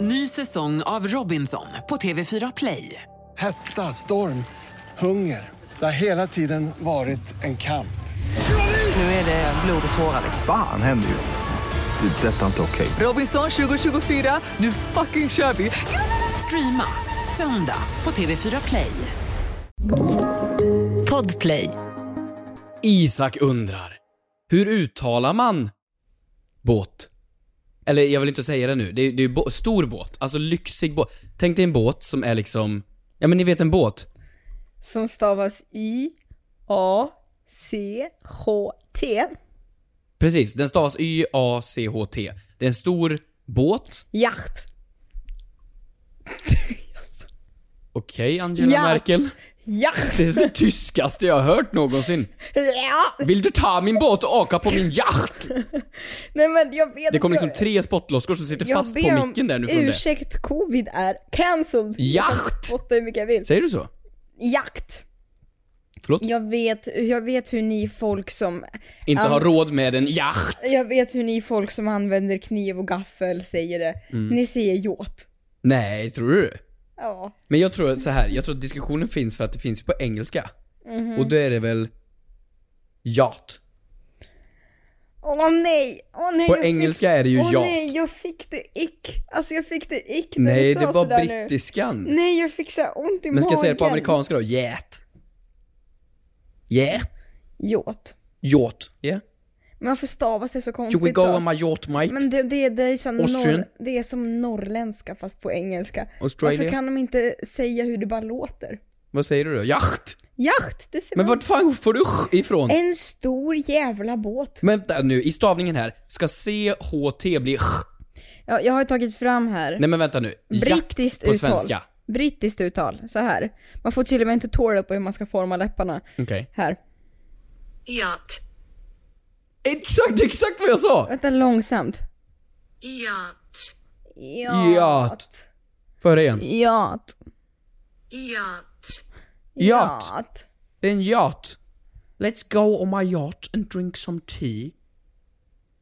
Ny säsong av Robinson på TV4 Play. Hetta, storm, hunger. Det har hela tiden varit en kamp. Nu är det blod och tårar. liksom. Fan händer just nu. Det. är Detta är inte okej. Robinson 2024, nu fucking kör vi! Streama söndag på TV4 Play. Podplay. Isak undrar, hur uttalar man båt? Eller jag vill inte säga det nu, det är, det är ju bå- stor båt, alltså lyxig båt. Tänk dig en båt som är liksom, ja men ni vet en båt. Som stavas Y, A, C, H, T. Precis, den stavas Y-A-C-H-T. Det är en stor båt. Yacht. Okej, Angela Ja. Merkel. Yacht. Det är det tyskaste jag har hört någonsin. Ja. Vill du ta min båt och åka på min yacht? Nej men jag vet Det kom inte. liksom tre spottloskor som sitter jag fast ber på om micken där nu från det. Ursäkt, covid är cancelled. Yacht. Jag kan hur mycket jag vill. Säger du så? Jakt. Förlåt? Jag vet, jag vet hur ni folk som... Inte Am- ha råd med en yacht. Jag vet hur ni folk som använder kniv och gaffel säger det. Mm. Ni säger yacht. Nej, tror du? Ja. Men jag tror att så här, jag tror att diskussionen finns för att det finns på engelska. Mhm. Och då är det väl yacht. Åh nej! Åh nej! På jag engelska är det ju Åh yacht. nej, jag fick det ick. Alltså jag fick det ick när Nej, du det sa var sådär nu. brittiskan. Nej, jag fick så här ont i magen. Men ska jag säga det på amerikanska då? Yacht. Yacht. Yacht. Yacht. Yeah. Men varför stavas det så konstigt Should we go då? on my yacht mate? Men det, det, det, är som Austrian. norr, det är som norrländska fast på engelska. Australia. Varför kan de inte säga hur det bara låter? Vad säger du då? Yacht. Yacht! Det ser Men man- vart fan får du sch ifrån? En stor jävla båt. Men vänta nu, i stavningen här, ska C-H-T bli sch? Ja, jag har tagit fram här. Nej men vänta nu, Brittiskt jakt på uttal. svenska. Brittiskt uttal, så här. Man får till och med en tutorial på hur man ska forma läpparna. Okej. Här. Yacht. Exakt, exakt vad jag sa! Vänta långsamt. Yacht. Yacht. För igen. Yacht. Yacht. Yacht. Det är en yacht. Let's go on my yacht and drink some tea.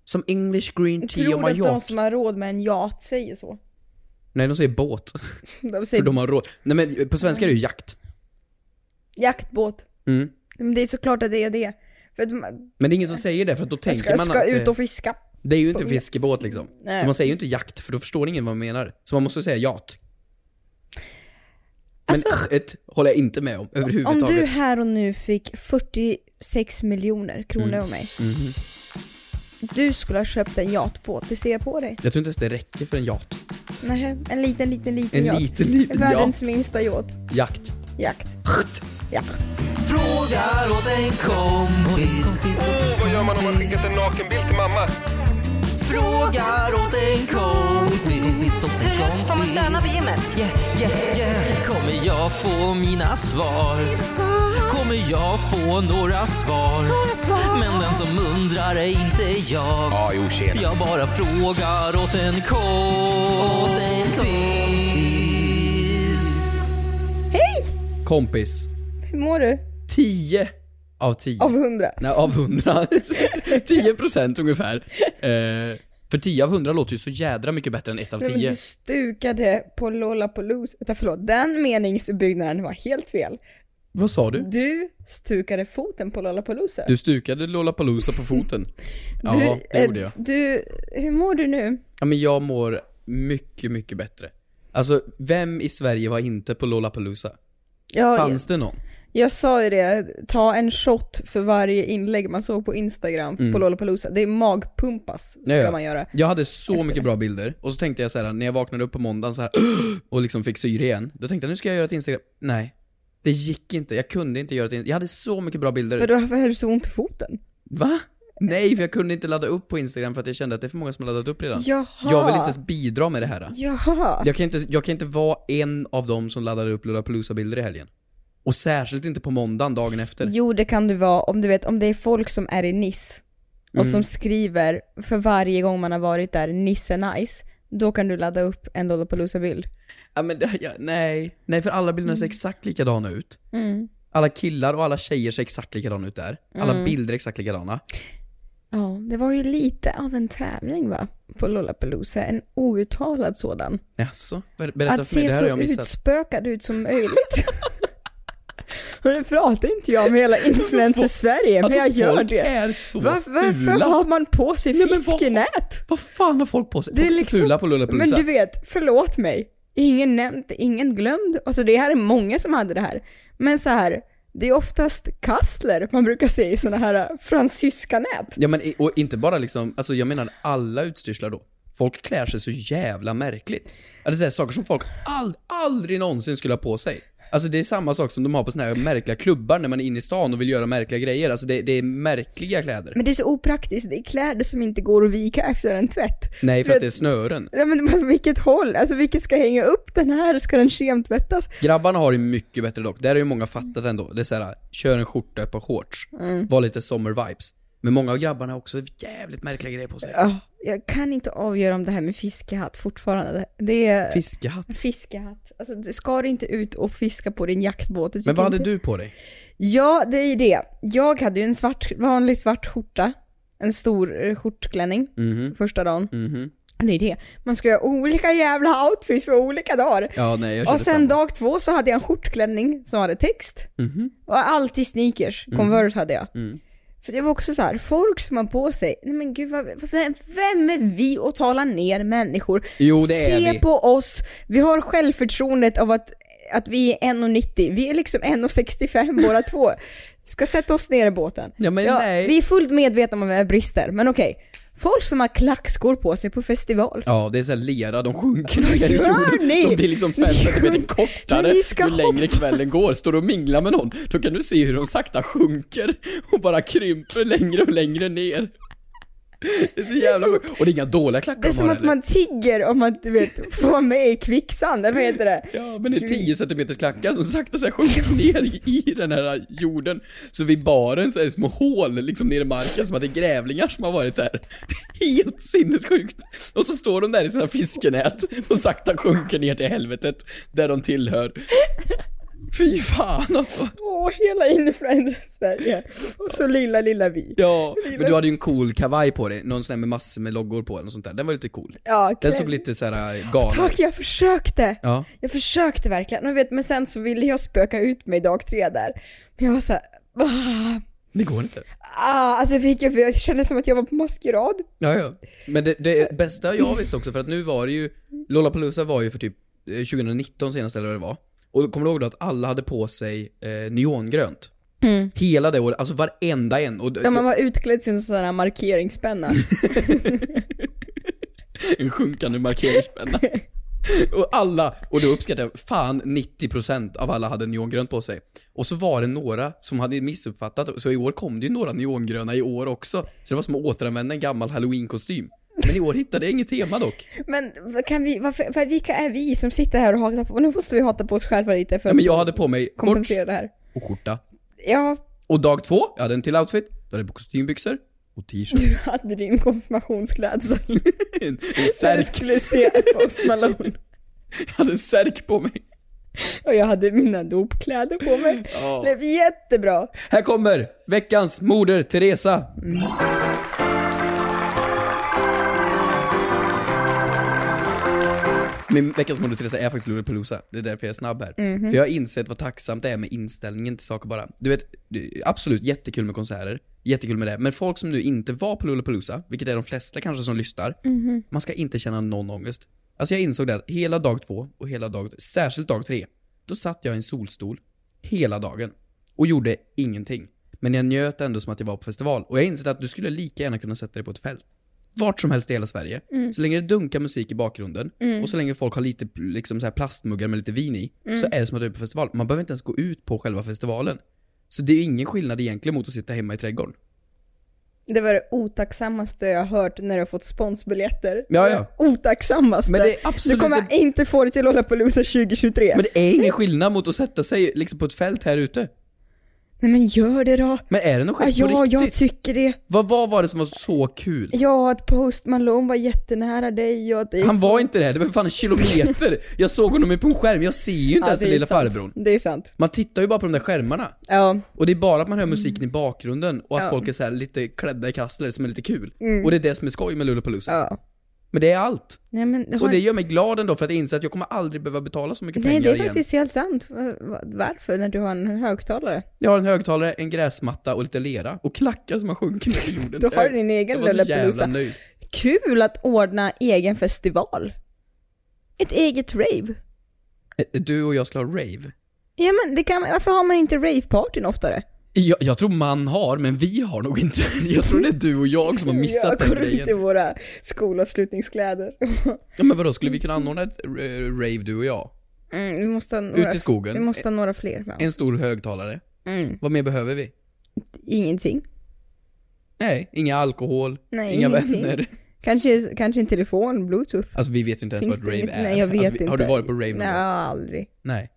Some English green tea Tror on du my att de yacht. som har råd med en yacht säger så? Nej, de säger båt. De För säger de har råd. Nej men på svenska är det ju jakt. jaktbåt. Mm. Men det är såklart att det är det. För att man Men det är ingen som säger det för att då tänker ska, man ska att ut det, och fiska. det är ju inte en fiskebåt liksom. Nej. Så man säger ju inte jakt för då förstår ingen vad man menar. Så man måste säga yacht. Men Alltså- ett håller jag inte med om Om överhuvudtaget. du här och nu fick 46 miljoner kronor av mig. Mm. Du skulle ha köpt en yachtbåt, det ser jag på dig. Jag tror inte ens det räcker för en yacht. Nej, en liten, liten, liten En yacht. liten, liten Världens yacht. minsta yacht. Jakt. Jakt. Scht. Jakt. Frågar åt en kompis. Vad gör man om man skickat en nakenbild till mamma? Frågar åt en kompis. Hur högt Mm. får man stöna vid gymmet? Yeah, yeah, yeah. Kommer jag få mina svar? Kommer jag få några svar? Men den som undrar är inte jag. Ja, jo tjena. Jag bara frågar åt en kompis. Kompis. Hur mår du? 10 av 10. Av hundra? Nej, av 100. 10 procent ungefär. Eh, för 10 av 100 låter ju så jädra mycket bättre än 1 av Nej, men 10. du stukade på Lollapalooza, vänta förlåt, den meningsbyggnaden var helt fel. Vad sa du? Du stukade foten på Lollapalooza. Du stukade Lollapalooza på foten. Ja, det eh, gjorde jag. Du, hur mår du nu? Ja, men jag mår mycket, mycket bättre. Alltså, vem i Sverige var inte på Lollapalooza? Ja, Fanns det någon? Jag sa ju det, ta en shot för varje inlägg man såg på Instagram på Lollapalooza. Det är magpumpas ska Mm. Ja, ja. man göra. Jag hade så mycket bra bilder, och så tänkte jag så här när jag vaknade upp på måndagen så här och liksom fick syre igen, då tänkte jag nu ska jag göra ett Instagram. Nej. Det gick inte, jag kunde inte göra ett Instagram. Jag hade så mycket bra bilder. Men då varför har du så ont i foten? Va? Nej, för jag kunde inte ladda upp på Instagram för att jag kände att det är för många som har laddat upp redan. Jaha. Jag vill inte ens bidra med det här. Jaha. Jag kan inte, jag kan inte vara en av dem som laddade upp Lollapalooza-bilder i helgen. Och särskilt inte på måndagen dagen efter. Jo det kan du vara om du vet, om det är folk som är i Niss och Mm. som skriver för varje gång man har varit där, Niss är nice. Då kan du ladda upp en Lollapalooza-bild. Ja, men det, ja, nej. Nej, för alla bilderna ser exakt likadana ut. Mm. Alla killar och alla tjejer ser exakt likadana ut där. Alla bilder är exakt likadana. Ja, det var ju lite av en tävling va? På Lollapalooza, en outtalad sådan. Jaså? Ber- Berätta att för mig, alltså, det se här så har jag missat. utspökad ut som möjligt. Och det pratar inte jag med hela influencer-Sverige, men jag gör Alltså, folk det. är så Var, varför fula. har man på sig Nej, men vad- fiskenät? Vad fan har folk på sig? Det är Folk är så liksom- fula på Men Lollapalooza. du vet, förlåt mig. Ingen nämnd, ingen glömd. Alltså det här är många som hade det här. Men så här, det är oftast kastler man brukar se i såna här äh, fransyska nät. Ja men i- och inte bara liksom, alltså jag menar alla utstyrslar då. Folk klär sig så jävla märkligt. Alltså säga saker som folk all, aldrig någonsin skulle ha på sig. Alltså det är samma sak som de har på såna här märkliga klubbar när man är inne i stan och vill göra märkliga grejer. Alltså det, det är märkliga kläder. Men det är så opraktiskt, det är kläder som inte går att vika efter en tvätt. Nej för för att det är snören. Ja, men alltså, vilket håll, alltså vilket ska hänga upp den här? Ska den kemtvättas? Grabbarna har det mycket bättre dock. Där har ju många fattat ändå. Det är såhär, kör en skjorta, ett par shorts. Mm. Var lite sommer-vibes. Men många av grabbarna har också jävligt märkliga grejer på sig. Ja, Ah, jag kan inte avgöra om det här med fiskehatt fortfarande. Det är... Fiskehatt. Fiskehatt. Alltså, det ska du inte ut och fiska på din jaktbåt. det tycker Men vad jag hade inte. du på dig? Ja, det är ju det. Jag hade ju en svart, vanlig svart skjorta. En stor eh, skjortklänning Mhm, första dagen. mhm. Det är det. Man ska göra olika jävla outfits för olika dagar. Ja nej jag körde Och sen samma. dag två så hade jag en skjortklänning som hade text. Mhm. Och alltid sneakers. Converse hade jag. Mm. För det var också så här, folk som har på sig, nej men gud vad, vad- vem, vem är vi att tala ner människor? Jo, det är Se vi. på oss, vi har självförtroendet av att, att vi är 1,90, vi är liksom 1,65 båda två. Ska sätta oss ner i båten. Ja, men nej. Vi är fullt medvetna om våra brister, men okej. Folk som har klackskor på sig på festival. Ja, det är så här lera, de sjunker Vad ner i gör jorden. ni? De blir liksom fem Ni centimeter sjunker. kortare Men ni ska ju längre hoppa. kvällen går. Står du och minglar med någon, då kan du se hur de sakta sjunker och bara krymper längre och längre ner. Det är så jävla sjukt. Och det är inga dåliga klackar Det är de som har att man tigger om att du vet, få vara med i kvicksand, eller vad heter det? Ja, men det är 10 centimeters klackar som sakta så här sjunker ner i- i den här jorden. Så vid baren så är det små hål liksom ner i marken som att det är grävlingar som har varit där. Helt sinnessjukt! Och så står de där i sina fiskenät och sakta sjunker ner till helvetet där de tillhör. Fy fan alltså! Åh, hela influencer-Sverige. Och så lilla, lilla vi. Ja, men du hade ju en cool kavaj på dig, någon sån här med massor med loggor på den och sånt där. Den var lite cool. Ja, Den kläm- såg lite såhär galen Tack, ut. jag försökte! Ja. Jag försökte verkligen, och vet, men sen så ville jag spöka ut mig dag tre där. Men jag var såhär, ah, Det går inte. ah, alltså jag fick jag, jag kände som att jag var på maskerad. Ja, ja. Men det, det bästa jag visste också, för att nu var det ju, Lollapalooza var ju för typ eh, 2019 senast eller vad det var. Och kommer du ihåg då att alla hade på sig eh, neongrönt? Hela det året, alltså varenda en. Och d- Där man var utklädd till en sån här markeringspenna. en sjunkande markeringspenna. och alla, och då uppskattar jag, fan 90% av alla hade neongrönt på sig. Och så var det några som hade missuppfattat, så i år kom det ju några neongröna i år också. Så det var som att återanvända en gammal halloween-kostym. Men i år hittade jag inget tema dock. Men vad kan vi, varför, vad- vilka är vi som sitter här och hatar på, nu måste vi hata på oss själva lite för Ja, men jag hade på mig att shorts kompensera det här. och skjorta. Ja, Och dag två, jag hade en till outfit. Då hade jag kostymbyxor och t-shirt. du hade din konfirmationsklädsel. en, en Du särk. skulle se Post Malone. Jag hade en särk på mig. Och jag hade mina dopkläder på mig. Det blev jättebra. Här kommer veckans moder Teresa. Min veckans moder Teresa är faktiskt Lollapalooza. Det är därför jag är snabb här. För jag har insett vad tacksamt det är med inställningen till saker bara. Du vet, det- absolut jättekul med konserter. Jättekul med det. Men folk som nu inte var på Lollapalooza, vilket är de flesta kanske som lyssnar. Man ska inte känna någon ångest. Alltså jag insåg det att hela dag två och hela dag, särskilt dag tre, då satt jag i en solstol hela dagen och gjorde ingenting. Men jag njöt ändå som att jag var på festival och jag insåg att du skulle lika gärna kunna sätta dig på ett fält. Vart som helst i hela Sverige. Mm. Så länge det dunkar musik i bakgrunden och så länge folk har lite liksom, så här plastmuggar med lite vin i, Mm. så är det som att du är på festival. Man behöver inte ens gå ut på själva festivalen. Så det är ju ingen skillnad egentligen mot att sitta hemma i trädgården. Det var det otacksammaste jag har hört när jag har fått sponsbiljetter. Ja, ja. Det Otacksammaste. Men det är absolut Du kommer inte- inte få det till Lollapalooza 2023. Mm. Men det är ingen skillnad mot att sätta sig liksom, på ett fält här ute. Nej men gör det då. Men är det något Ja, skit på ja jag riktigt? tycker det. Vad, vad var det som var så kul? Ja, att Post Malone var jättenära dig och att det... Han var inte det, här, det var fan en kilometer! Jag såg honom ju på en skärm, jag ser ju inte ens den det är lilla sant. farbrorn. Det är sant. Man tittar ju bara på de där skärmarna. Ja. Och det är bara att man hör musiken i bakgrunden och att Mm. Ja. Mm. folk är så här lite klädda i kassler som är lite kul. Och det är det som är skoj med Lollapalooza. Ja. Men det är allt. Nej men... har- Och det gör mig glad ändå för att jag inser att jag kommer aldrig behöva betala så mycket Nej, pengar det är igen. faktiskt helt sant. Va- va- Varför? När du har en högtalare? Jag har en högtalare, en gräsmatta och lite lera. Och klackar som har sjunkit ner i jorden. Du har din egen Jag var så jävla Lollapalooza. nöjd. Kul att ordna egen festival. Ett eget rave. Eh, Du och jag ska ha rave. Ja men det kan man, varför har man inte ravepartyn oftare? Jag, jag tror man har, men vi har nog inte. Jag tror det är du och jag som har missat jag den går runt i grejen. våra skolavslutningskläder. Ja, men vadå, skulle vi kunna anordna ett eh, rave du och jag? Mm, vi måste ha några, Ut i vi skogen, måste ha några fler. va? en stor högtalare. Mm. Vad mer behöver vi? Ingenting. Nej, inga alkohol, Nej, inga ingenting. vänner. Kanske, kanske en telefon, bluetooth. Alltså vi vet ju inte ens vad ett rave inget- är. Nej jag vet alltså, vi- inte. Har du varit på rave någon Nej, gång? aldrig. Nej.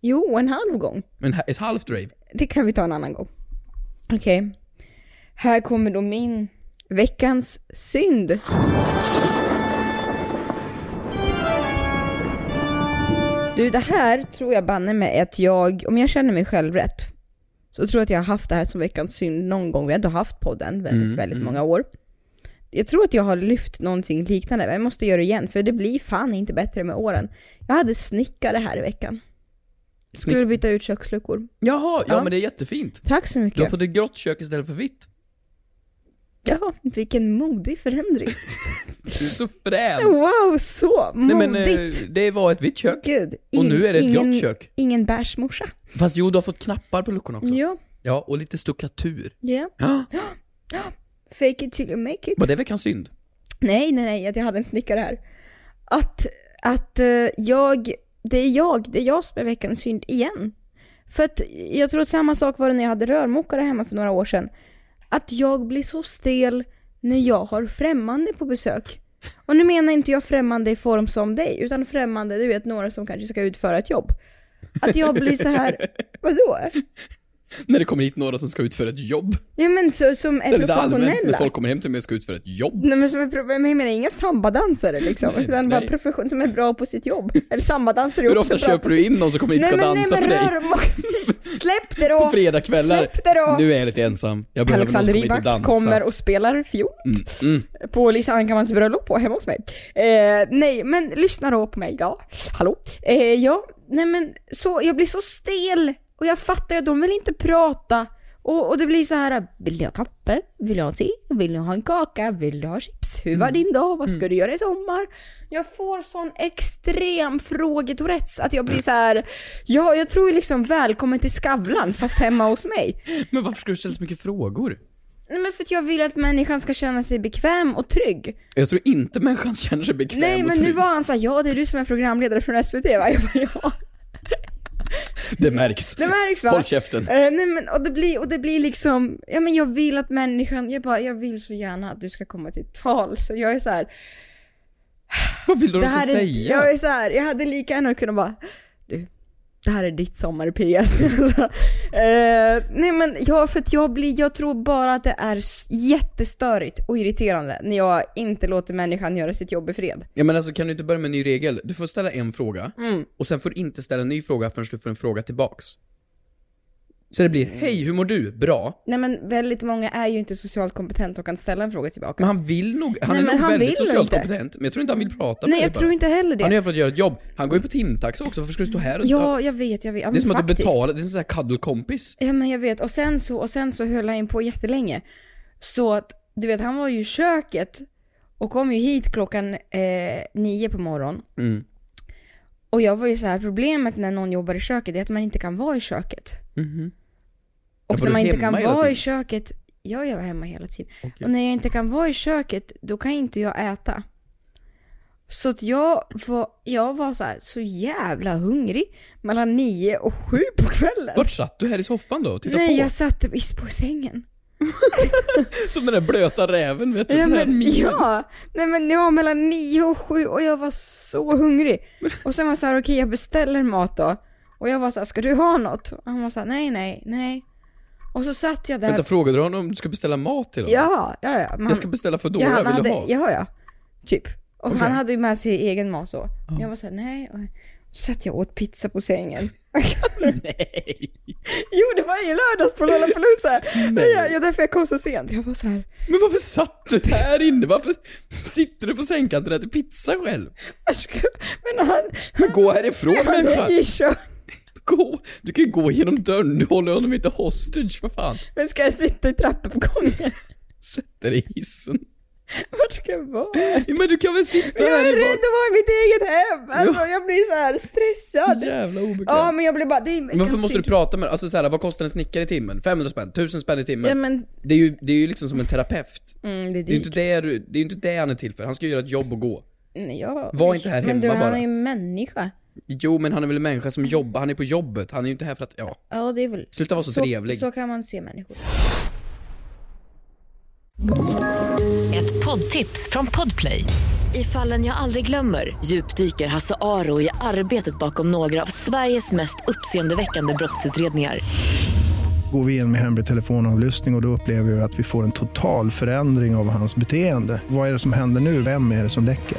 Jo, en halv gång. Men ha- ett halvt rave? Det kan vi ta en annan gång. Okej. Här kommer då min veckans synd. Du, det här tror jag banne mig att jag, om jag känner mig själv rätt, så tror jag att jag har haft det här som veckans synd någon gång. Vi har ändå haft podden väldigt, Mm, väldigt mm. många år. Jag tror att jag har lyft någonting liknande, men jag måste göra det igen, för det blir fan inte bättre med åren. Jag hade snickare här i veckan. Skulle byta ut köksluckor. Jaha, ja, Ja. men det är jättefint. Tack så mycket. Du har fått ett grått kök istället för vitt. Ja, vilken modig förändring. Du är så frän. Wow, så Nej modigt! men eh, det var ett vitt kök. Gud, Och nu är det ett ingen, grått kök. Ingen bärsmorsa. Fast jo, du har fått knappar på luckorna också. Ja, Ja, och lite stuckatur. ja. Ja, Fake it till you make it. Var det veckans synd? Nej, nej, nej, att jag hade en snickare här. Att, att eh, jag, det är jag, det är jag som är veckans synd igen. För att jag tror att samma sak var det när jag hade rörmokare hemma för några år sedan. Att jag blir så stel när jag har främmande på besök. Och nu menar inte jag främmande i form som dig, utan främmande, du vet några som kanske ska utföra ett jobb. Att jag blir så här, vadå? När det kommer hit några som ska utföra ett jobb. Ja men så, som Så är är lite allmänt när professionella. folk kommer hem till mig och ska utföra ett jobb. Nej men som är, pro- men jag menar inga sambadansare liksom, Nej, utan nej. bara profession som är bra på sitt jobb. Eller sambadansare är Hur också ofta bra köper på du in någon som kommer hit och ska nej, men, dansa nej, men för dig? rör- Släpp det då! På fredagskvällar. Släpp det då! Nu är jag lite ensam. Jag behöver Alexander någon som kommer hit och Rybak dansa. Mm, kommer och spelar fiol på Lisa Ankarmans bröllop på hemma hos mig. Eh, nej, men lyssna då på mig. Ja, hallå? Eh, ja, nej men så, jag blir så stel och jag fattar ju att de vill inte prata. Och, och det blir så här, vill du ha kaffe? Vill du ha te? Vill du ha en kaka? Vill du ha chips? Hur var Mm. din dag? Vad ska du göra i sommar? Jag får sån extrem frågetourettes att jag blir så här, ja, jag tror ju liksom välkommen till Skavlan fast hemma hos mig. Men varför ska du ställa så mycket frågor? Nej men för att jag vill att människan ska känna sig bekväm och trygg. Jag tror inte människan känner sig bekväm Nej men och nu trygg. var han såhär, ja det är du som är programledare från SVT va? Jag bara, ja. Det märks. Det märks va? Håll käften. Eh, nej men och det, blir, och det blir liksom, ja men jag vill att människan, jag bara, jag vill så gärna att du ska komma till tal. Så jag är så här, Vad vill du att det de ska här är, säga? jag är så här, jag hade lika gärna kunnat bara, du, det här är ditt sommar i P1. Så, eh, nej men ja, för att jag blir, jag tror bara att det är s- jättestörigt och irriterande när jag inte låter människan göra sitt jobb i fred. Ja men alltså kan du inte börja med en ny regel? Du får ställa en fråga, Mm. och sen får du inte ställa en ny fråga förrän du får en fråga tillbaks. Så det blir, hej hur mår du? Bra. Nej men väldigt många är ju inte socialt kompetenta och kan ställa en fråga tillbaka. Men han vill nog, han Nej, är men nog han väldigt vill socialt inte. kompetent, men jag tror inte han vill prata med Nej dig jag bara. tror inte heller Han är det. här för att göra ett jobb, han går ju på timtaxa också, varför ska du stå här och... Ja, jag vet, jag vet. Ja, det är men som att du faktiskt. betalar, det är en sån här kaddelkompis. Ja men jag vet, och sen så, och sen så höll han in på jättelänge. Så att, du vet han var ju i köket och kom ju hit klockan eh, nio på morgonen. Mm. Och jag var ju så här problemet när någon jobbar i köket är att man inte kan vara i köket. Mm-hmm. Ja, Och för när du man är inte hemma kan hela vara tiden. i köket, ja jag var hemma hela tiden. Okej. Och när jag inte kan vara i köket, då kan inte jag äta. Så att jag var, jag var så här så jävla hungrig mellan nio och sju på kvällen. Vart satt du här i soffan då och tittade Nej, på? jag satt i- på sängen. Som den där blöta räven vet du, Ja den där men, minen. ja, nej men jag var mellan nio och sju och jag var så hungrig. Och sen var jag så här, okej jag beställer mat då. Och jag var såhär, ska du ha något? Och han var såhär, nej nej, nej. Och så satt jag där. Vänta, frågade du honom om du ska beställa mat till honom? ja, ja, ja. men han- Jag ska beställa för Ja, dåliga, han vill hade, du ha? Ja, ja. Typ. Och han hade ju med sig egen mat så. Jag var såhär, nej. Och så satt jag och åt pizza på sängen. Nej. jo, det var ju lördags på Lollapalooza. Nej. Jag, jag, därför jag kom så sent. Jag var så här. Men varför satt du här inne? Varför sitter du på sängkanten och äter pizza själv? "Jag ska-" Men han, Gå härifrån han människa! är i kö- Gå! Du kan ju gå genom dörren, du håller honom inte hostage för fan. Men ska jag sitta i trappuppgången? Sätt dig i hissen. Vart ska jag vara? Ja, men du kan väl sitta Jag här är i rädd bara... att vara i mitt eget hem! Alltså, jag blir så här Så stressad. jävla obekväm. Ja, men jag blir bara... Det är, Men varför jag måste du psyk- prata med Alltså såhär, vad kostar en snickare i timmen? 500 spänn? 1000 spänn i Ja, timmen? men... Det är ju, det är ju liksom som en terapeut. Mm, det är Det är ju inte dyrt. det, du- det, är ju inte det han är till för, han ska ju göra ett jobb och gå. Nej, jag... Var inte här men du, hemma han bara. är ju människa. Jo men han är väl en människa som jobbar, han är på jobbet, han är ju inte här för att, ja. Ja, det är väl... Sluta vara så, trevlig. Så kan man se människor. Ett poddtips från Podplay. I fallen jag aldrig glömmer djupdyker Hasse Aro i arbetet bakom några av Sveriges mest uppseendeväckande brottsutredningar. Går vi in med hemlig telefonavlyssning och, och då upplever vi att vi får en total förändring av hans beteende. Vad är det som händer nu? Vem är det som läcker?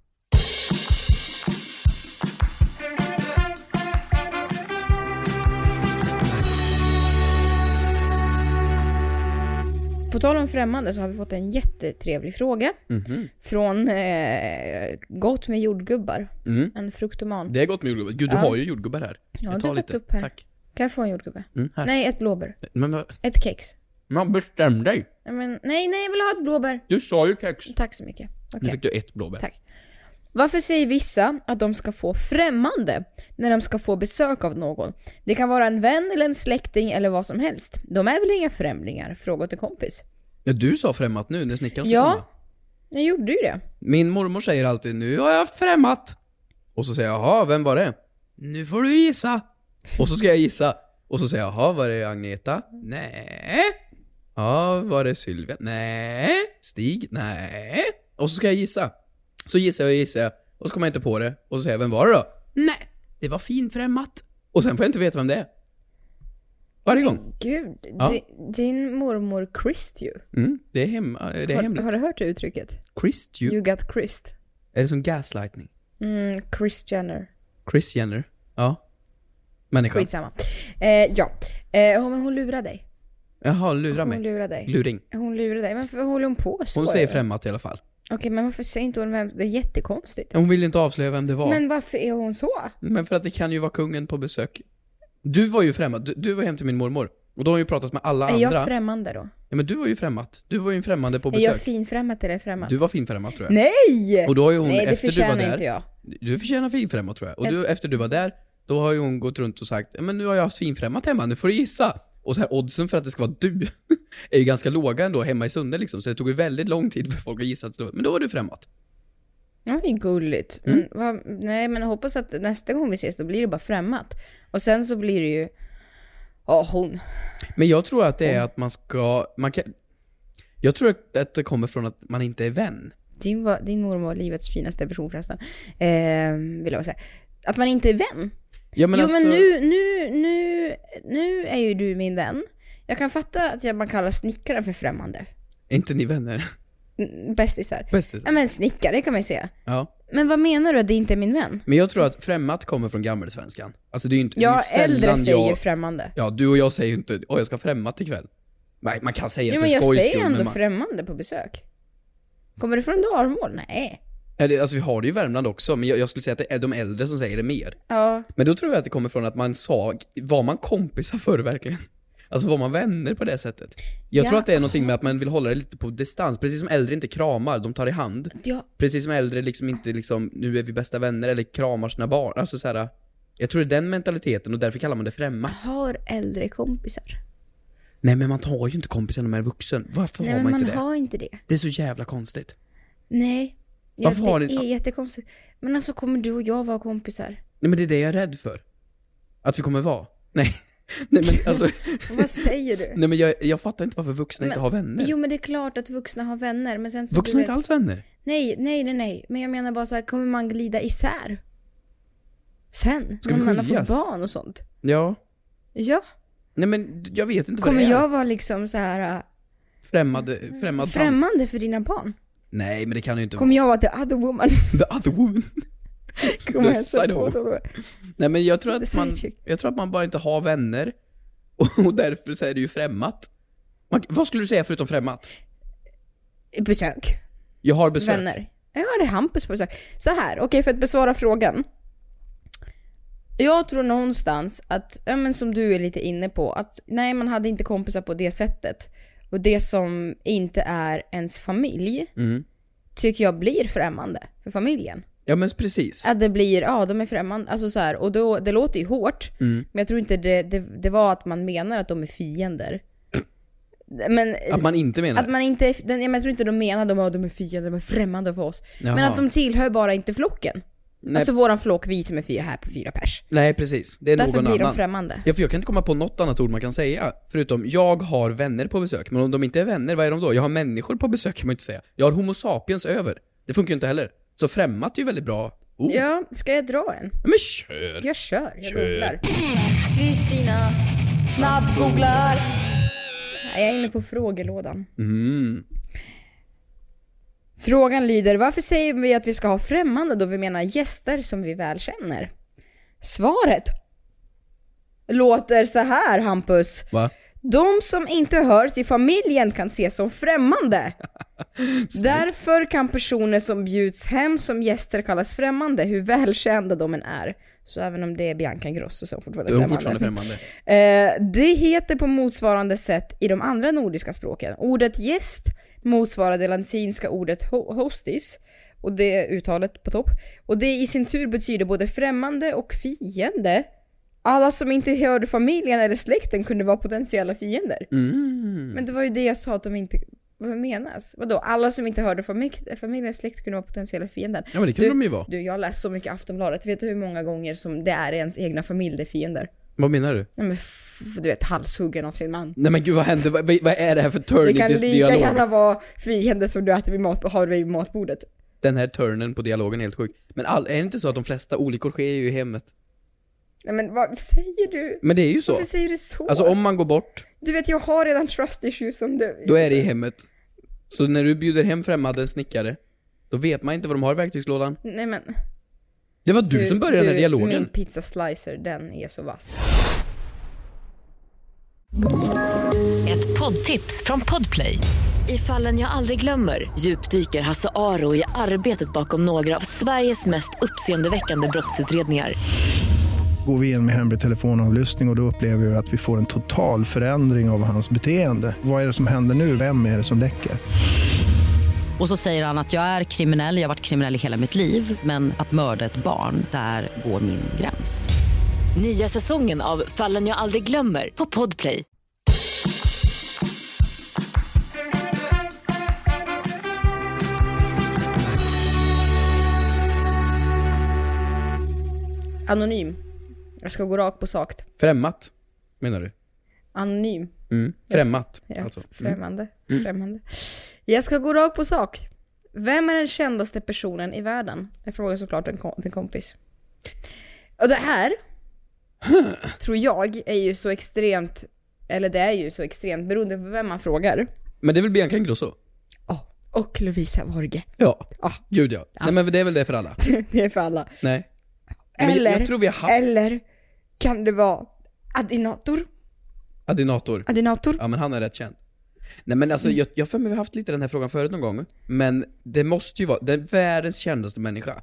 På tal om främmande så har vi fått en jättetrevlig fråga. Mhm. Från eh, Gott med jordgubbar. Mm. En fruktoman. Det är gott med jordgubbar. Gud, du Ja. har ju jordgubbar här. Ja, Jag det tar har lite. gått upp här. Tack. Kan jag få en jordgubbe? Mm, här. Nej, ett blåbär. Men vad- Ett kex. men bestäm dig! Nej, Men, nej, nej, jag vill ha ett blåbär. Du sa ju kex. Tack så mycket. Nu Okej. fick du ett blåbär. Tack. Varför säger vissa att de ska få främmande när de ska få besök av någon? Det kan vara en vän eller en släkting eller vad som helst. De är väl inga främlingar? Fråga till kompis. Ja, du sa främmat nu när snickaren ska Ja. komma. Jag gjorde ju det. Min mormor säger alltid 'Nu har jag haft främmat' Och så säger jag 'Jaha, vem var det?' 'Nu får du gissa' Och så ska jag gissa. Och så säger jag 'Jaha, var det Agneta?' 'Nej' 'Ja, var det Sylvia?' 'Nej' 'Stig?' 'Nej' Och så ska jag gissa. Så gissar jag och gissar jag. Och så kommer jag inte på det. Och så säger jag 'Vem var det då?' 'Nej, det var finfrämmat' Och sen får jag inte veta vem det är. Varje gång. Gud, Ja. di- din mormor Christ ju. Mm, det är, hem, det är Har, hemligt. har du hört det uttrycket? Chris You you. got Christ. Är det som gaslightning? Mm, Chris Jenner. Chris Jenner? Ja. Människa. Skitsamma. Eh, ja. Eh, hon, men hon lurar dig. Jaha, lura Hon mig. lurar dig. Luring. Hon lurar dig. Men varför håller hon på så? Hon säger eller? främmat i alla fall. Okej, men varför säger inte hon vem? Det är jättekonstigt. Hon vill inte avslöja vem det var. Men, Men varför är hon så? för att det kan ju vara kungen på besök. Du var ju främmat. Du, du var hem till min mormor. Och då har hon ju pratat med alla Är jag andra. främmande då? ja, men du var ju främmat. Du var ju en främmande på Är jag besök. finfrämmande eller främmande? Du var finfrämmat tror jag. Nej! Och då har ju hon, Nej, det efter du var förtjänar där. inte jag. Du förtjänar finfrämmat tror jag. Och du, efter du var där, då har ju hon gått runt och sagt "Ja, men nu har jag haft finfrämmat hemma, nu får du gissa. Och så här, oddsen för att det ska vara du är ju ganska låga ändå hemma i Sunne liksom, så det tog ju väldigt lång tid för folk att gissa att det var- Men då var du främmat. Ja, det är gulligt. Mm. Men, vad- nej, men jag hoppas att nästa gång vi ses då blir det bara främmat. Och sen så blir det ju... Ja, hon. Men jag tror att det är att man ska, man kan, jag tror att det kommer från att man inte är vän. Din, var, din mormor var livets finaste person förresten. Eh, vill jag bara säga. Att man inte är vän. Ja, men jo alltså, men nu, nu, nu, nu är ju du min vän. Jag kan fatta att jag, man kallar snickaren för främmande. Är inte ni vänner? Mm, Bästisar. Bästisar. Ja men snickare kan man ju säga. Ja. Men vad menar du att det inte är min vän? Men jag tror att främmat kommer från gammelsvenskan. Alltså det är ju inte, Ja, det är ju äldre sällan säger jag, främmande. Ja, du och jag säger ju inte åh jag ska främmat ikväll. Nej, man kan säga det Jo för men jag skojs säger skull, ändå men man, främmande på besök. Kommer du från Dalmål? Nej. Ja, det- Alltså vi har det ju i Värmland också, men jag, jag skulle säga att det är de äldre som säger det mer. Ja. Men då tror jag att det kommer från att man sa, var man kompisar förr verkligen? Alltså var man vänner på det sättet? Jag Ja. tror att det är någonting med att man vill hålla det lite på distans, precis som äldre inte kramar, de tar i hand. ja. Precis som äldre liksom inte liksom, nu är vi bästa vänner eller kramar sina barn. Alltså så här. jag tror det är den mentaliteten och därför kallar man det främmat. Har äldre kompisar. Nej men man har ju inte kompisar när man är vuxen. Varför Nej har men man man, inte det? har inte det. Det är så jävla konstigt. Nej. Varför ja, har det ni- är jättekonstigt. Men alltså kommer du och jag vara kompisar? Nej men det är det jag är rädd för. Att vi kommer vara. Nej. Nej men alltså, Vad säger du? nej men jag, jag fattar inte varför vuxna inte Men- har vänner. Jo men det är klart att vuxna har vänner men sen så... vuxna är inte alls vänner. Nej, nej, nej, nej. Men jag menar bara så här, kommer man glida isär? Sen? Ska vi när man har fått skiljas? barn och sånt? Ja. Ja. Nej men jag vet inte Kommer vad det är. jag vara liksom så här Främmad, främmad tant. främmande för dina barn? Nej men det kan ju inte Kommer jag vara the other woman? The other woman. Kommer jag The hälsa side på woman. dem? Nej men jag tror, att The man, side chick. jag tror att man bara inte har vänner. Och därför så är det ju främmat. Man, vad skulle du säga förutom främmat? Besök. Jag har besök. Vänner. Ja, det är Hampus på besök. Så här, okej för att besvara frågan. Jag tror någonstans att, ja, men som du är lite inne på, att nej man hade inte kompisar på det sättet. Och det som inte är ens familj Mm. tycker jag blir främmande för familjen. Ja men precis. Att det blir, ja de är främmande, alltså så här, och då, det låter ju hårt. Mm. Men jag tror inte det, det, det var att man menar att de är fiender. Men, Att man inte menar att man inte, den, jag tror inte de menar de, att de är fiender, de är främmande för oss. Men Jaha. att de tillhör bara inte flocken. Nej. Alltså våran flock, vi som är fyra här på fyra pers. Nej precis, det är Därför någon blir de annan. främmande. Ja, för jag kan inte komma på något annat ord man kan säga, förutom jag har vänner på besök. Men om de inte är vänner, vad är de då? Jag har människor på besök kan man ju inte säga. Jag har homo sapiens över. Det funkar ju inte heller. Så främmat är ju väldigt bra ord. Ja, ska jag dra en? Men kör! Jag kör, jag Kör. googlar. Kristina snabbgooglar. Jag är inne på frågelådan. Mm. Frågan lyder, varför säger vi att vi ska ha främmande då vi menar gäster som vi väl känner? Svaret låter så här Hampus. Va? De som inte hörs i familjen kan ses som främmande. Därför kan personer som bjuds hem som gäster kallas främmande, hur välkända de än är. Så även om det är Bianca Ingrosso så är hon fortfarande Då är hon främmande. fortfarande främmande. Eh, det heter på motsvarande sätt i de andra nordiska språken. Ordet gäst motsvarar det latinska ordet ho- hostis, och det är uttalet på topp. Och det i sin tur betyder både främmande och fiende. Alla som inte hörde familjen eller släkten kunde vara potentiella fiender. Mm. Men det var ju det jag sa att de inte... Vad menas? Vadå? Alla som inte hörde famil- familjen eller släkten kunde vara potentiella fiender. Ja men det kunde Du- de ju vara. Du, jag har läst så mycket Aftonbladet. Vet du hur många gånger som det är ens egna familj det är fiender? Vad menar du? Ja, men f- du vet, halshuggen av sin man. Nej men gud vad händer? Vad, vad vad är det här för Det turn kan i dis- lika dialog? gärna vara fiende som du äter vid mat, har vid matbordet. Den här turnen på dialogen är helt sjuk. Men all, är det inte så att de flesta olyckor sker ju i hemmet? Nej men vad säger du? Men det är ju så. Varför säger du så? Alltså om man går bort, Du vet jag har redan trust issues som du. Då är det i hemmet. Så när du bjuder hem främmande snickare, då vet man inte vad de har i verktygslådan. Nej men. Det var du, som började den här dialogen. Min pizza slicer, den är så vass. Ett poddtips från Podplay. I fallen jag aldrig glömmer djupdyker Hasse Aro i arbetet bakom några av Sveriges mest uppseendeväckande brottsutredningar. Går vi in med hemlig telefonavlyssning och, och då upplever vi att vi får en total förändring av hans beteende. Vad är det som händer nu? Vem är det som läcker? Och så säger han att jag är kriminell, jag har varit kriminell i hela mitt liv men att mörda ett barn, där går min gräns. Nya säsongen av Fallen jag aldrig glömmer på Podplay. Anonym. Jag ska gå rakt på sak. Främmat, menar du? Anonym. Mm. Främmat, Ja, alltså. Mm. Främmande. Främmande. Jag ska gå rakt på sak. Vem är den kändaste personen i världen? Jag frågar såklart en, kom- en kompis. Och det här, tror jag, är ju så extremt, eller det är ju så extremt beroende på vem man frågar. Men det är väl Bianca Ingrosso? Och Lovisa Worge. Ja. Ja. Gud ja. Nej men det är väl det för alla? Det är för alla. Nej. Men jag- Eller, jag tror vi har haft- eller kan det vara Adinator? Adinator. Adinator? Ja men han är rätt känd. Nej men alltså jag, jag har för mig vi har haft lite den här frågan förut någon gång, men det måste ju vara den världens kändaste människa.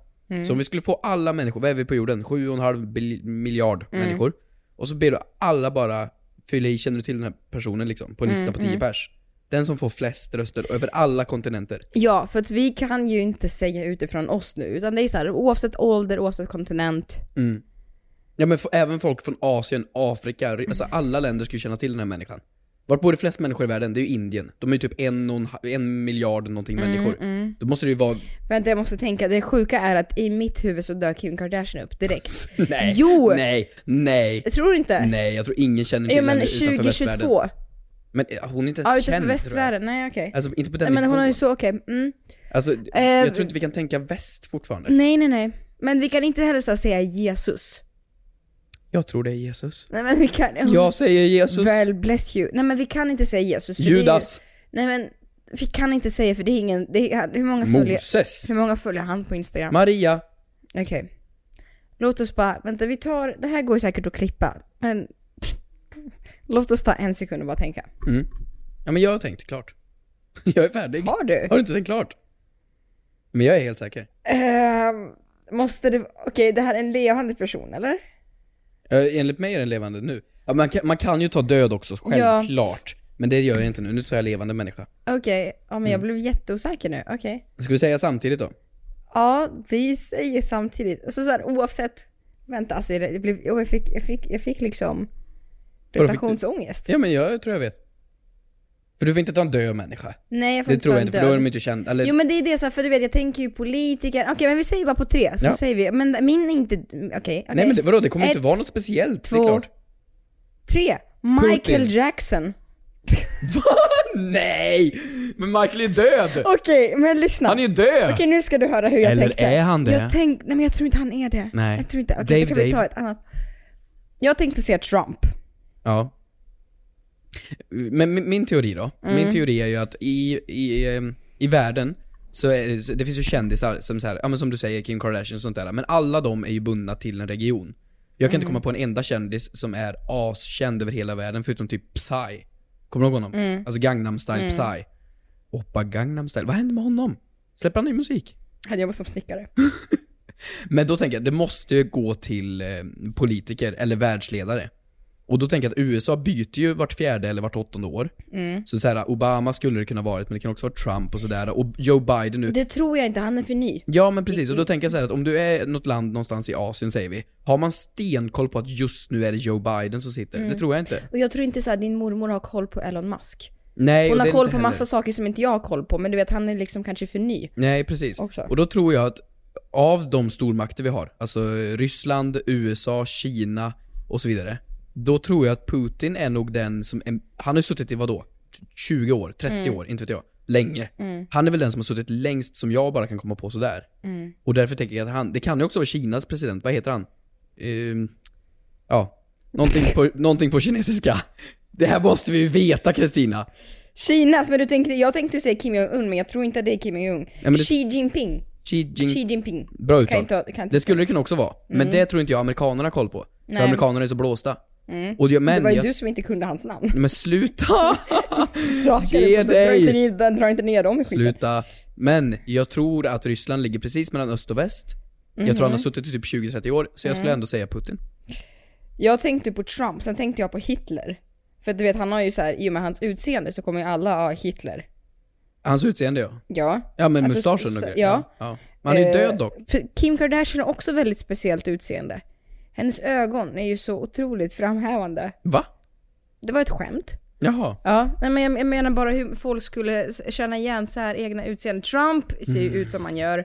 Så om vi skulle få alla människor, vad är vi på jorden? 7,5 bil- miljard människor. Och så ber du alla bara fylla i, känner du till den här personen liksom? På en lista på 10 pers. Den som får flest röster över alla kontinenter. Ja, för att vi kan ju inte säga utifrån oss nu, utan det är så här, oavsett ålder, oavsett kontinent. Ja men f- även folk från Asien, Afrika, ri- alltså alla länder skulle känna till den här människan. Vart bor det flest människor i världen? Det är ju Indien. De är ju typ en, och en, ha- en miljard någonting Mm, människor. mm. Då måste det ju vara... Vänta jag måste tänka, det sjuka är att i mitt huvud så dök Kim Kardashian upp direkt. Nej, Jo! nej, nej. Jag tror inte. Nej, jag tror ingen känner till Ja, men henne utanför 2022. västvärlden. Men eh, hon är inte ens känd Ja utanför tror jag. västvärlden, nej okej. Alltså inte på Nej den men hon har ju nivån. så, okej. Mm. Alltså, Eh, jag tror inte vi kan tänka väst fortfarande. Nej nej nej. Men vi kan inte heller så här säga Jesus. Jag tror det är Jesus. Nej men vi kan Jag säger Jesus. Well bless you. Nej men vi kan inte säga Jesus. för det är ju- Judas. Nej men vi kan inte säga för det är ingen, det är, hur många följer... Moses. Hur många följer han på Instagram? Maria. Okej. Låt oss bara, vänta vi tar, det här går ju säkert att klippa, men låt oss ta en sekund och bara tänka. Mm. Ja men jag har tänkt klart. Jag är färdig. Har du? Har du inte tänkt klart? Men jag är helt säker. Ehm, måste det, okej det här är en levande person eller? Eh, Enligt mig är den levande nu. Ja, man, kan, man kan ju ta död också, självklart. Men det gör jag inte nu, nu tar jag levande människa. Okej, ja men jag blev jätteosäker nu, okej. Ska vi säga samtidigt då? Ja, vi säger samtidigt, alltså så här, oavsett, vänta alltså det det blev, åh, jag, fick, jag, fick, jag fick liksom du? prestationsångest. Ja men jag tror jag vet. För du får inte ta en död människa. Nej jag får Det tror ta jag en inte, för då är död. de typ inte kända. Eller, Jo men det är det så här, för du vet jag tänker ju politiker, okej men vi säger bara på tre så Ja. säger vi, men min är inte, okej. okej. Nej men det, vadå, det kommer Ett, inte vara något speciellt, det två. är klart. Tre, Michael Putin. Jackson. Nej! Men Michael är död! Okej men lyssna. Han är ju död! Okej nu ska du höra hur jag Eller tänkte. är han det? Jag tänk, nej men jag tror inte han är det. Nej. Jag tror inte, okej Dave, då kan vi ta Dave. ett annat. Jag tänkte säga Trump. Ja. Men min, min teori då? Mm. Min teori är ju att i, i, ehm, i världen så är det, så- det finns ju kändisar som så här, ja men som du säger, Kim Kardashian och sånt där, men alla de är ju bundna till en region. Jag kan inte Mm. komma på en enda kändis som är askänd över hela världen förutom typ Psy. Kommer du ihåg honom? Mm. Alltså Gangnam style Mm. Psy. Oppa Gangnam style, vad händer med honom? Släpper han ny musik? Han jobbar som snickare. Men då tänker jag, det måste ju gå till eh, politiker eller världsledare. Och då tänker jag att USA byter ju vart fjärde eller vart åttonde år. Mm. Så, så här, Obama skulle det kunna varit, men det kan också vara Trump och sådär. Och Joe Biden nu. Det tror jag inte, han är för ny. Ja men precis, och då tänker jag så här att om du är något land någonstans i Asien säger vi, har man stenkoll på att just nu är det Joe Biden som sitter? Mm. Det tror jag inte. Och jag tror inte så här, din mormor har koll på Elon Musk. Nej, Hon och har det är koll inte på heller. massa saker som inte jag har koll på, men du vet han är liksom kanske för ny. Nej, precis. Också. Och då tror jag att av de stormakter vi har, alltså Ryssland, USA, Kina och så vidare. Då tror jag att Putin är nog den som, är, han har ju suttit i vadå? 20 år, 30 Mm. år, inte vet jag. Länge. Mm. Han är väl den som har suttit längst som jag bara kan komma på sådär. Mm. Och därför tänker jag att han, det kan ju också vara Kinas president, vad heter han? Ehm, ja, någonting på, någonting på kinesiska. Det här måste vi ju veta Kristina. Kinas, men du tänkte, jag tänkte ju säga Kim Jong-Un, men jag tror inte att det är Kim Jong-Un. men det- Xi Jinping. Xi Jin- Xi Jinping. Bra uttal. Kan inte, kan inte. Det skulle det kunna också vara, men Mm. det tror inte jag amerikanerna har koll på. Nej. För amerikanerna är så blåsta. Mm. Och jag, men, det var ju jag, du som inte kunde hans namn. Men sluta! Saker, Ge Dra inte, dig! ner- den drar inte ner dem i skiten. Sluta. Men jag tror att Ryssland ligger precis mellan öst och väst. Jag tror han har Mhm. suttit i typ 20-30 år, så jag skulle Mm. ändå säga Putin. Jag tänkte på Trump, sen tänkte jag på Hitler. För att du vet, han har ju så här, i och med hans utseende så kommer ju alla ha Hitler. Hans utseende ja. Ja. Ja men Alltså, mustaschen så- och grejer. ja. ja. Men han är ju Eh, död dock. för Kim Kardashian har också väldigt speciellt utseende. Hennes ögon är ju så otroligt framhävande. Va? Det var ett skämt. Jaha. Ja, nej, men jag, jag menar bara hur folk skulle s- känna igen så här egna utseenden. Trump ser ju Mm. ut som han gör.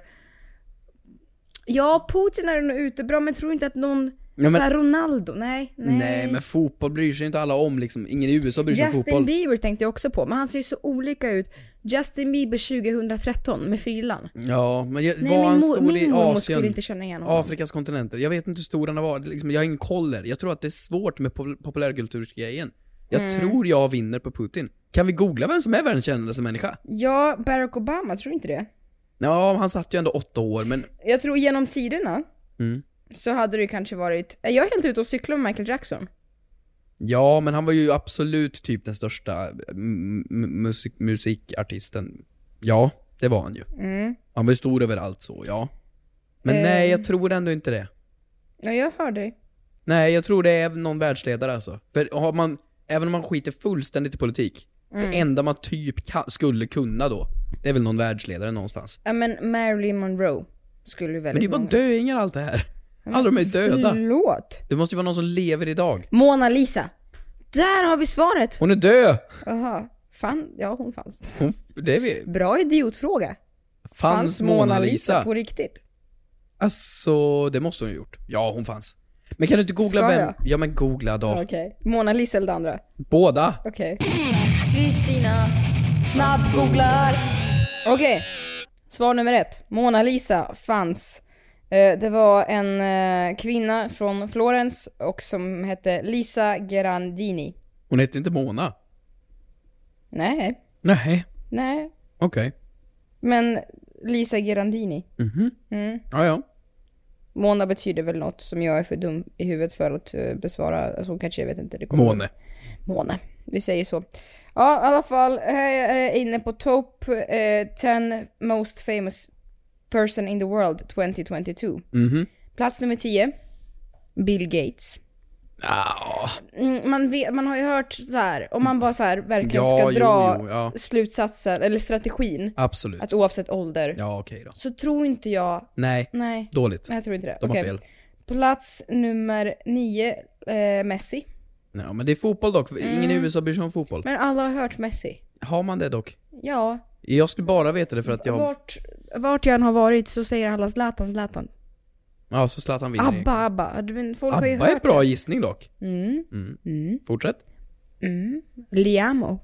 Ja, Putin är nog ute bra, men tror inte att någon... Ja, men- så här Ronaldo, nej, nej. Nej. men fotboll bryr sig inte alla om liksom. Ingen i USA bryr sig om Justin fotboll. Bieber tänkte jag också på, men han ser ju så olika ut. Justin Bieber 2013 med frillan. Ja, men jag, Nej, var min han mor- stor min i mormor skulle Asien? inte känna igen honom. Afrikas kontinenter. Jag vet inte hur stor han har varit, liksom, jag har ingen koll där. Jag tror att det är svårt med pop- populärkulturgrejen. Jag Mm. tror jag vinner på Putin. Kan vi googla vem som är världens kändaste människa? Ja, Barack Obama, tror du inte det? Ja, han satt ju ändå åtta år, men... Jag tror genom tiderna Mm. så hade det kanske varit... Äh, Jag är helt ute och cyklar med Michael Jackson. Ja, men han var ju absolut typ den största m- m- musik- musikartisten. Ja, det var han ju. Mm. Han var ju stor överallt så, ja. Men Eh. nej, jag tror ändå inte det. Ja, jag hör dig. Nej, jag tror det är någon världsledare alltså. För har man, även om man skiter fullständigt i politik, Mm. det enda man typ kan, skulle kunna då, det är väl någon världsledare någonstans. Ja Äh, men Marilyn Monroe skulle ju Men det är ju väldigt bara många... döingar allt det här. Alla de är döda. Förlåt. Det måste ju vara någon som lever idag. Mona Lisa. Där har vi svaret! Hon är död! Jaha. Fan, ja hon fanns. Hon, det är vi. Bra idiotfråga. Fanns, Mona Lisa? på riktigt? Alltså, det måste hon ju gjort. Ja, hon fanns. Men kan du inte googla Ska vem? jag? Ja men googla då. Okej. Mona Lisa eller det andra? Båda. Okej. Kristina snabbgooglar. Okej. Svar nummer ett. Mona Lisa fanns. Eh, Det var en eh, kvinna från Florens och som hette Lisa Gerandini. Hon heter inte Mona. Nej, Nej, nej. okej. Men Lisa Gerandini. Mhm. Mm. Ja, ja. Mona betyder väl något som jag är för dum i huvudet för att eh, besvara. Alltså hon kanske, jag vet inte. Det kommer- Måne. Måne. Vi säger så. Ja, i alla fall. Här är jag inne på top eh, 10 most famous person in the world 2022. Mhm. Plats nummer 10. Bill Gates. Ah. Mm, man, vet, man har ju hört så här, om man bara så här verkligen Ja, ska jo, dra jo, ja. slutsatsen, eller strategin. Absolut. Att oavsett ålder. Ja, okej då. Så tror inte jag... Nej. Nej. Dåligt. Nej, jag tror inte det. De har Okej. fel. Plats nummer 9, eh, Messi. Ja, men det är fotboll dock. Ingen i Mm. USA bryr sig om fotboll. Men alla har hört Messi. Har man det dock? Ja, Jag skulle bara veta det för att jag... vart, vart jag än har varit så säger alla Zlatan, Zlatan. Ja, så Zlatan vinner. Abba, Abba. Men folk har ju Abba är hört bra det. gissning dock. Mm. Mm. Mm. Fortsätt. Mm. Liamo.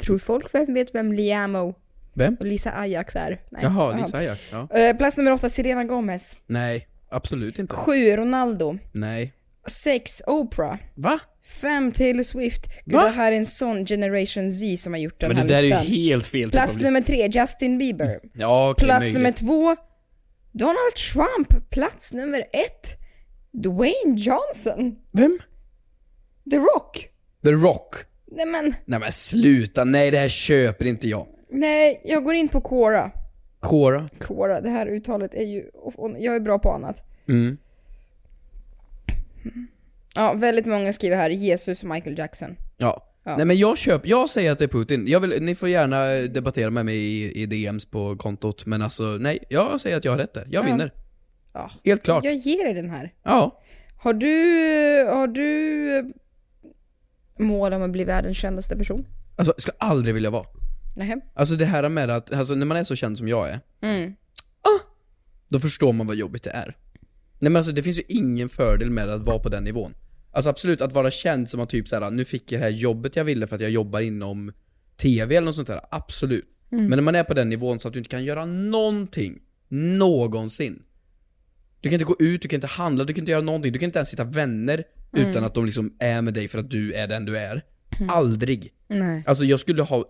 Tror folk vem vet vem Liamo Vem? och Lisa Ajax är? Nej. Jaha, Lisa Ajax. Ja. Eh, Plats nummer åtta, Selena Gomez. Nej, absolut inte. Sju, Ronaldo. Nej. Sex, Oprah. Va? Fem, Taylor Swift. Gud, Va? det här är en sån generation Z som har gjort den Men här det där är ju listan. helt fel typ Plats av lista. nummer tre, Justin Bieber. Ja, okej, Plats möjligt. nummer två, Donald Trump. Plats nummer ett, Dwayne Johnson. Vem? The Rock. The Rock. Nej men, Nej men sluta, nej det här köper inte jag. nej, jag går in på Quora. Cora. Quora, det här uttalet är ju, jag är bra på annat. Mm. Ja, väldigt många skriver här Jesus och Michael Jackson. Ja. Ja. Nej men jag köper, jag säger att det är Putin. Jag vill, ni får gärna debattera med mig i, i DMs på kontot, men alltså nej, jag säger att jag har rätt där. Jag Ja. vinner. Ja. Helt klart. Jag ger dig den här. Ja. Har du, har du eh, mål om att bli världens kändaste person? Alltså, jag skulle aldrig vilja vara. Nej. Alltså det här med att, alltså när man är så känd som jag är, Mm. då förstår man vad jobbigt det är. Nej men alltså det finns ju ingen fördel med att vara på den nivån. Alltså absolut, att vara känd som att typ såhär, nu fick jag det här jobbet jag ville för att jag jobbar inom TV eller något sånt där. Absolut. Mm. Men när man är på den nivån så att du inte kan göra någonting, någonsin. Du kan inte gå ut, du kan inte handla, du kan inte göra någonting, du kan inte ens hitta vänner Mm. utan att de liksom är med dig för att du är den du är. Aldrig. Nej. Alltså jag skulle ha,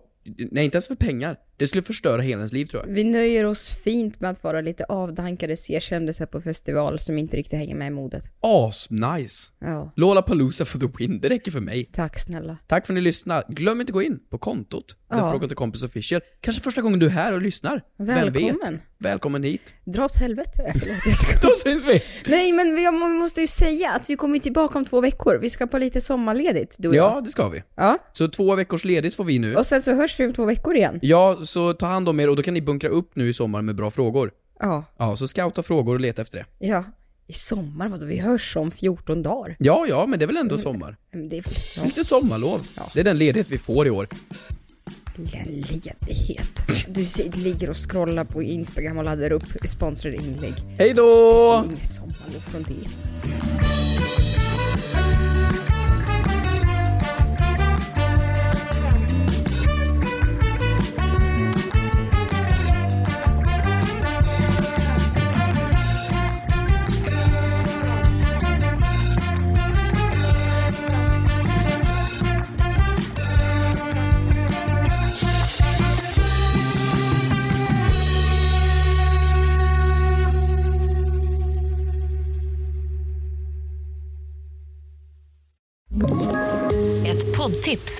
nej inte ens för pengar. Det skulle förstöra hela ens liv tror jag. Vi nöjer oss fint med att vara lite avdankade C-kändisar på festival som inte riktigt hänger med i modet. Asnice! Ja. Lollapalooza for the win, det räcker för mig. Tack snälla. Tack för att ni lyssnar. Glöm inte gå in på kontot, där Ja. Fråga till kompis official. Kanske första gången du är här och lyssnar. Vem Välkommen. vet? Välkommen hit. Dra åt helvete. Förlåt, jag skojar. Då syns vi! Nej men vi vi måste ju säga att vi kommer ju tillbaka om två veckor. Vi ska på lite sommarledigt du och Ja, jag. det ska vi. Ja. Så två veckors ledigt får vi nu. Och sen så hörs vi om två veckor igen. Ja, så ta hand om er och då kan ni bunkra upp nu i sommar med bra frågor. Ja. Ja, så scouta frågor och leta efter det. Ja. I sommar vadå? Vi hörs om 14 dagar. Ja, ja, men det är väl ändå sommar? Men det är ja. Lite sommarlov. Det är den ledighet vi får i år. lilla ledighet. Du si- ligger och scrollar på Instagram och laddar upp sponsrade inlägg. Hej då! Inget sommarlov från det. Ett poddtips